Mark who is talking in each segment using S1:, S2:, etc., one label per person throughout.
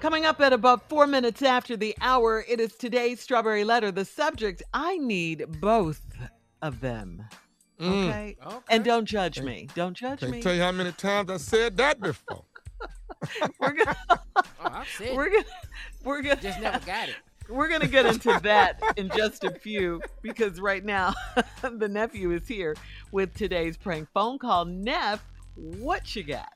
S1: Coming up at about four minutes after the hour, it is today's strawberry letter. The subject I need both of them.
S2: Mm.
S1: Okay.
S3: Okay.
S1: And don't judge me. Don't judge
S2: Can't
S1: me.
S2: tell you how many times I said that before.
S1: We're gonna
S3: Oh, I've said
S1: we're
S3: it.
S1: gonna we're gonna
S3: Just never got it.
S1: We're going to get into that in just a few because right now the nephew is here with today's prank phone call. Neff, what you got?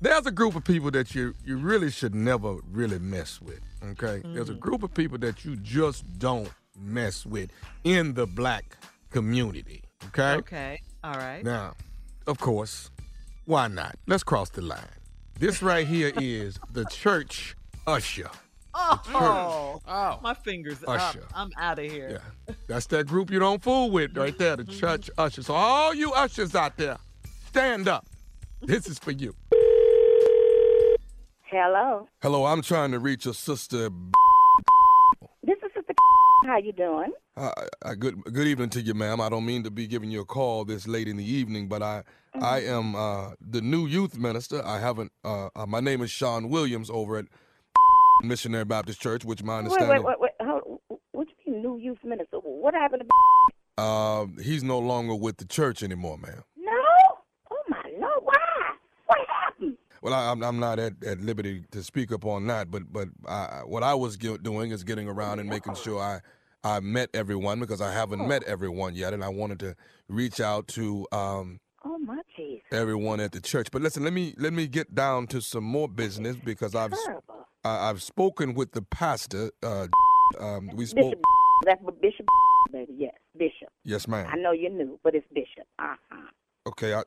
S2: There's a group of people that you you really should never really mess with. Okay. There's a group of people that you just don't mess with in the black community. Okay.
S1: Okay. All right.
S2: Now, of course, why not? Let's cross the line. This right here is the church usher.
S1: Oh,
S3: Oh,
S1: my fingers
S2: Usher.
S1: up. I'm out of here.
S2: Yeah. That's that group you don't fool with right there, the church usher. So all you ushers out there, stand up. This is for you.
S4: Hello.
S2: Hello, I'm trying to reach a sister.
S4: This is Sister. How you doing?
S2: Uh, uh, good good evening to you, ma'am. I don't mean to be giving you a call this late in the evening, but I I
S4: Mm-hmm.
S2: am uh, the new youth minister. I haven't. Uh, uh, my name is Sean Williams over at Missionary Baptist Church, which my
S4: Wait,
S2: understanding,
S4: wait, wait, wait. Hold, what you mean, new youth minister? What happened to?
S2: Uh, he's no longer with the church anymore, ma'am.
S4: No. Oh my lord. Why? What happened?
S2: Well, I, I'm I'm not at, at liberty to speak upon that, but but I, I- what I was gi- doing is getting around and making sure I I met everyone because I
S4: Oh.
S2: haven't met everyone yet, and I wanted to reach out to um,
S4: Oh my Jesus.
S2: everyone at the church. But listen, let me let me get down to some more business because I've
S4: Terrible.
S2: I, I've spoken with the pastor. Uh, um, we spoke.
S4: Bishop. That's what Bishop. Baby, yes, Bishop.
S2: Yes,
S4: I
S2: ma'am.
S4: know you're new, but it's Bishop. Uh huh.
S2: Okay, I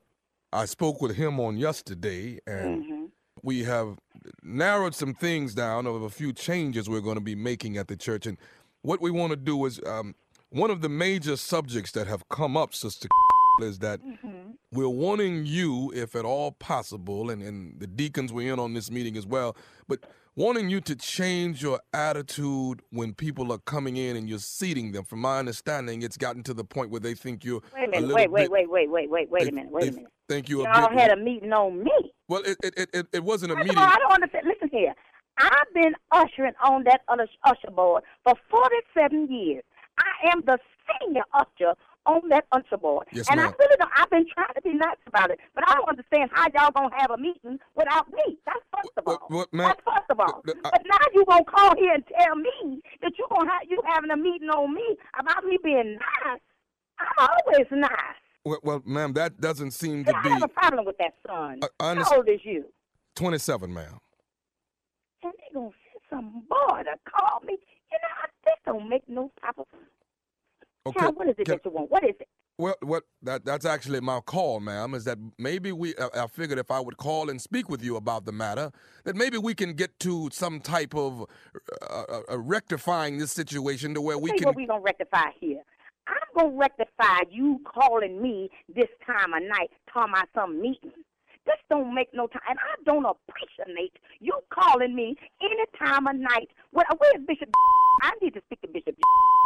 S2: I spoke with him on yesterday, and
S4: Mhm.
S2: we have narrowed some things down of a few changes we're going to be making at the church. And what we want to do is um, one of the major subjects that have come up, Sister, is that
S4: Mhm.
S2: We're wanting you, if at all possible, and, and the deacons were in on this meeting as well, but wanting you to change your attitude when people are coming in and you're seating them. From my understanding, it's gotten to the point where they think you're
S4: Wait a
S2: a
S4: minute.
S2: little
S4: Wait, wait,
S2: bit-
S4: wait, wait, wait, wait, wait
S2: they-
S4: a minute. Wait a
S2: they
S4: minute.
S2: Think you a
S4: Y'all
S2: bit-
S4: had a meeting on me.
S2: well, it it, it it wasn't a
S4: First
S2: meeting.
S4: of all, I don't understand. Listen here. I've been ushering on that us- usher board for 47 years. I am the senior usher on that usher board.
S2: Yes,
S4: and
S2: ma'am.
S4: I really don't, I've been trying to be nice about it, but I don't understand how y'all going to have a meeting without me. That's first of all.
S2: What- what, ma'am? uh,
S4: That's first of all.
S2: Th- th- I-
S4: but now you going to call here and tell me that you going to have, you having a meeting on me about me being nice. I'm always nice.
S2: Well, well, ma'am, that doesn't seem to
S4: I have a
S2: be
S4: problem with that son.
S2: I- I
S4: How
S2: understand-
S4: old is you?
S2: 27, ma'am.
S4: and they gonna send some boy to call me. You know, I- this don't make no type of.
S2: Okay.
S4: Child, what is it
S2: Oh, can-
S4: that you want? What is it?
S2: Well, what that that's actually my call, ma'am, is that maybe we I, I figured if I would call and speak with you about the matter, that maybe we can get to some type of uh, uh, uh, rectifying this situation to where we
S4: Tell you
S2: can
S4: what we gonna rectify here. I'm gonna rectify you calling me this time of night, talking about some meeting. This don't make no time, and I don't appreciate you calling me any time of night. What? Where's Bishop? I need to speak to Bishop.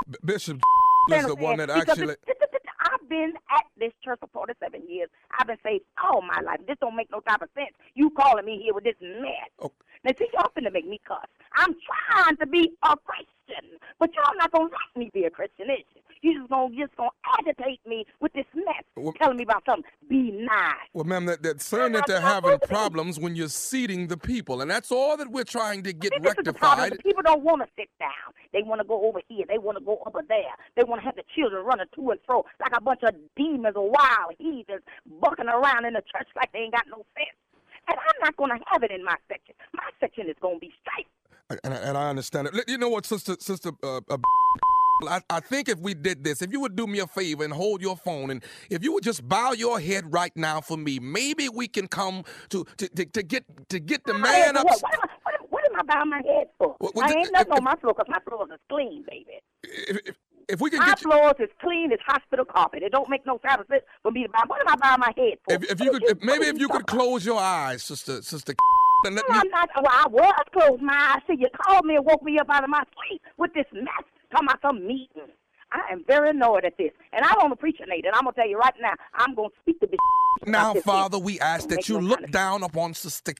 S2: B- Bishop is
S4: That's
S2: the one that
S4: because
S2: actually
S4: it- I've been at this church for 47 years. I've been saved all my life. This don't make no type of sense. You calling me here with this mess.
S2: Oh.
S4: Now, see, y'all finna make me cuss. I'm trying to be a Christian, but y'all not gonna let me be a Christian, is you? You just gonna just gonna agitate me with this mess,
S2: Well-
S4: telling me about something. Be nice.
S2: well, ma'am, that, that's saying that they're having problems when you're seating the people, and that's all that we're trying to get
S4: See, this is the problem.
S2: rectified.
S4: The people don't want to sit down. They want to go over here. They want to go over there. They want to have the children running to and fro like a bunch of demons or wild heathens bucking around in the church like they ain't got no sense. And I'm not going to have it in my section. My section is going to be straight.
S2: and, I, and I understand it. Let- You know what, sister, sister, uh, uh, I, I think if we did this, if you would do me a favor and hold your phone, and if you would just bow your head right now for me, maybe we can come to to, to, to get to get the
S4: My head
S2: man
S4: for
S2: up.
S4: What, what, am I, what, am, what am I bowing my head for?
S2: Well, well,
S4: I
S2: ju-
S4: ain't nothing
S2: if-
S4: on my floor because my floor is clean, baby.
S2: If, if, if we can
S4: My
S2: get you,
S4: floors is clean as hospital carpet. It don't make no kind of sense for me to bow. What am I bowing my head for?
S2: if, if you
S4: What
S2: could,
S4: is
S2: if, maybe
S4: what
S2: if
S4: is
S2: you could
S4: talking about?
S2: close your eyes, sister, sister, and let
S4: No,
S2: me.
S4: I'm not. Well, I was closed my eyes. See, you called me and woke me up out of my sleep with this mess. Talking about some meeting. I am very annoyed at this, and I don't appreciate it. I'm gonna tell you right now. I'm gonna speak to this. about
S2: Now,
S4: this
S2: Father,
S4: here.
S2: we ask
S4: Don't
S2: that
S4: make
S2: you
S4: no
S2: look
S4: kind of-
S2: down upon Sister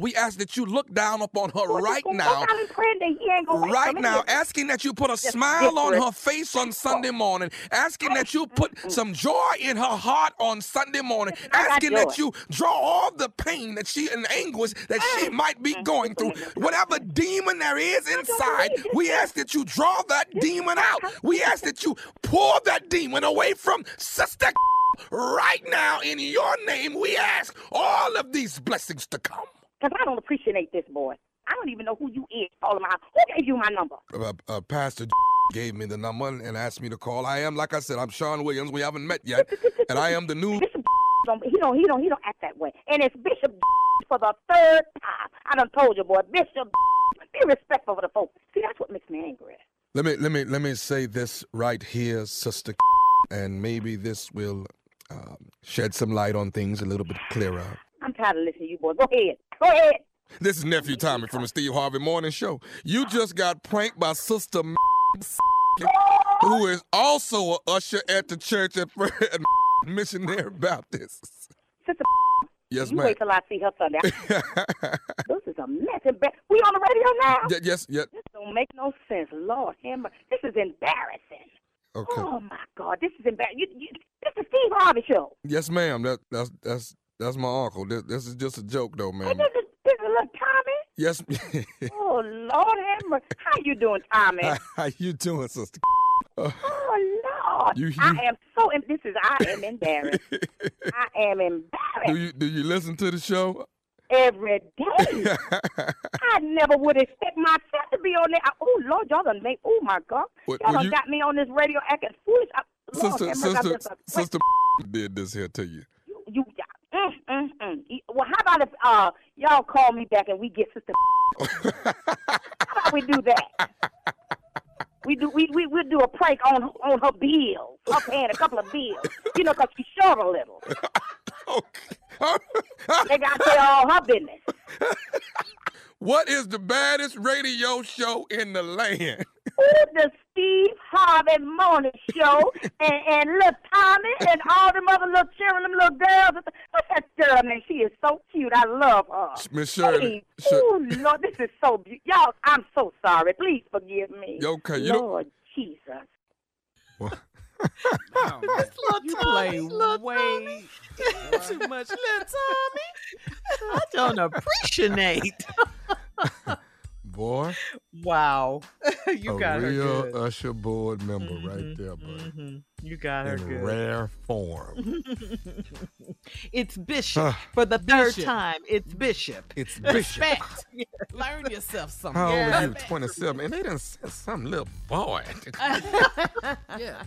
S2: We ask that you look down upon her
S4: Boy, just
S2: right
S4: gonna
S2: now.
S4: Go down and pray that he ain't gonna
S2: Right
S4: come in
S2: now,
S4: here.
S2: asking that you put a smile on
S4: different.
S2: her face on Sunday morning, asking that you put some joy in her heart on Sunday morning,
S4: Listen, I got
S2: asking that
S4: joy.
S2: you draw all the pain that she and anguish that
S4: Mm.
S2: she might be going through, whatever demon there is inside. We ask that you draw that demon out. We ask that you pull that demon away from Sister right now in your name. We ask all of these blessings to come.
S4: Cause I don't appreciate this boy. I don't even know who you is calling my who gave you my number?
S2: uh, uh, Pastor gave me the number and asked me to call. I am, like I said, I'm Sean Williams. We haven't met yet, and I am the new.
S4: Bishop don't he don't he don't he don't act that way. And it's Bishop for the third time. I done told you, boy, Bishop be respectful of the folks. See, that's what makes me angry.
S2: Let me let me let me say this right here, Sister, and maybe this will um, shed some light on things a little bit clearer.
S4: I'm tired of listening to you, boy. Go ahead. Go ahead.
S2: This is nephew Tommy from the Steve Harvey Morning Show. You just got pranked by Sister. Who is also a usher at the church at Missionary Baptist?
S4: Sister
S2: Yes,
S4: you
S2: ma'am.
S4: wait till I see her Sunday. this is a mess. Embar- We on the radio now?
S2: Ye- yes, yes.
S4: This don't make no sense. Lord Hammer. This is embarrassing.
S2: Okay.
S4: Oh my God. This is embarrassing. You, you, this is Steve Harvey show.
S2: Yes, ma'am. That, that's that's that's my uncle. This, this is just a joke, though,
S4: And
S2: ma'am.
S4: this is this is little Tommy.
S2: Yes.
S4: Oh Lord Hammer. How you doing, Tommy?
S2: How you doing, sister?
S4: Oh Lord.
S2: You- you-
S4: I am so em- this is I am embarrassed. I am embarrassed
S2: do you do you listen to the show?
S4: every day. I never would expect myself to be on there. I- Oh Lord, y'all done make oh my God.
S2: What-
S4: y'all
S2: what
S4: done
S2: you-
S4: got me on this radio acting foolish. I, Lord,
S2: sister,
S4: Hammer, I'm
S2: sister,
S4: just a-
S2: sister did this here to you.
S4: you, you, mm, mm, mm. You- Well, how about if uh, y'all call me back and we get sister? how about we do that? We do we we we'll do a prank on on her bills, her paying a couple of bills. You know, 'cause she's short a little.
S2: Okay.
S4: They gotta pay all her business.
S2: what is the baddest radio show in the land?
S4: Ooh, the Steve Harvey Morning Show and and little Tommy and all them other little children, them little girls. What's that girl name? She is so cute. I love her.
S2: Miss Shirley.
S4: Please.
S2: Shir-
S4: Uh, Ooh, Lord, this is so beautiful. Y'all, I'm so sorry. Please forgive me.
S2: You okay? You don't-
S4: Lord Jesus.
S3: Oh, man.
S1: Little Tommy,
S3: Play
S1: little Tommy.
S3: way too much, little Tommy.
S1: I don't appreciate.
S2: boy,
S1: Wow, you
S2: a
S1: got her
S2: real
S1: good.
S2: Usher board member right
S1: Mhm,
S2: there, buddy.
S1: mhm. You got her
S2: In
S1: good.
S2: rare form.
S1: It's Bishop
S2: Ah.
S1: for the third
S3: Bishop.
S1: time. Mm-hmm. It's Bishop.
S2: It's Bishop.
S3: Respect. Learn yourself something.
S2: How old
S1: Yeah.
S2: are you? 27. And they done sent some little boy.
S3: Yeah.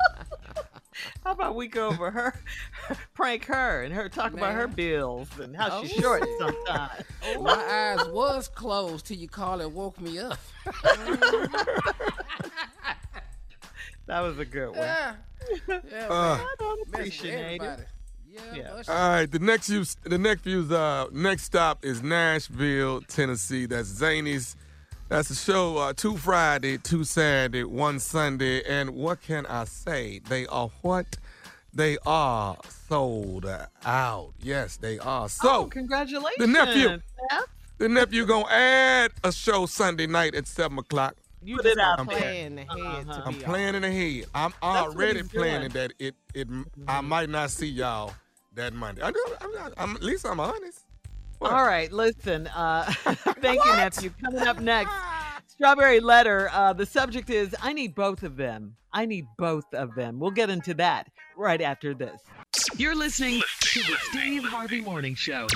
S1: How about we go over her, prank her, and her talk about her
S3: Man.
S1: bills and how she's
S3: Oh.
S1: short sometimes.
S3: My eyes was closed till you called and woke me up.
S1: That was a good one.
S3: yeah. Yeah.
S2: Uh,
S3: man.
S1: I don't
S3: Mess with
S1: appreciate it.
S3: everybody. Yeah.
S1: Yeah. Uh,
S3: Usher.
S2: All right, the next you, the next view's uh next stop is Nashville, Tennessee. That's Zany's. That's the show uh, two Friday, two Saturday, one Sunday, and what can I say? They are what they are sold out. Yes, they are. So
S1: Oh, congratulations. Steph.
S2: the nephew gonna add a show Sunday night at seven o'clock.
S3: You
S1: Put
S3: just
S1: it out
S3: are
S2: there.
S3: playing ahead
S1: Uh-huh.
S3: to
S2: I'm
S3: be
S2: planning ahead. I'm
S1: what
S2: already
S1: he's
S2: planning
S1: doing.
S2: that it it I might not see y'all that Monday. I do, I'm, not- I'm, at least I'm honest. What?
S1: All right, listen. Uh, thank you, nephew. Coming up next, Strawberry Letter. Uh, the subject is I need both of them. I need both of them. We'll get into that right after this. You're listening to the Steve Harvey Morning Show.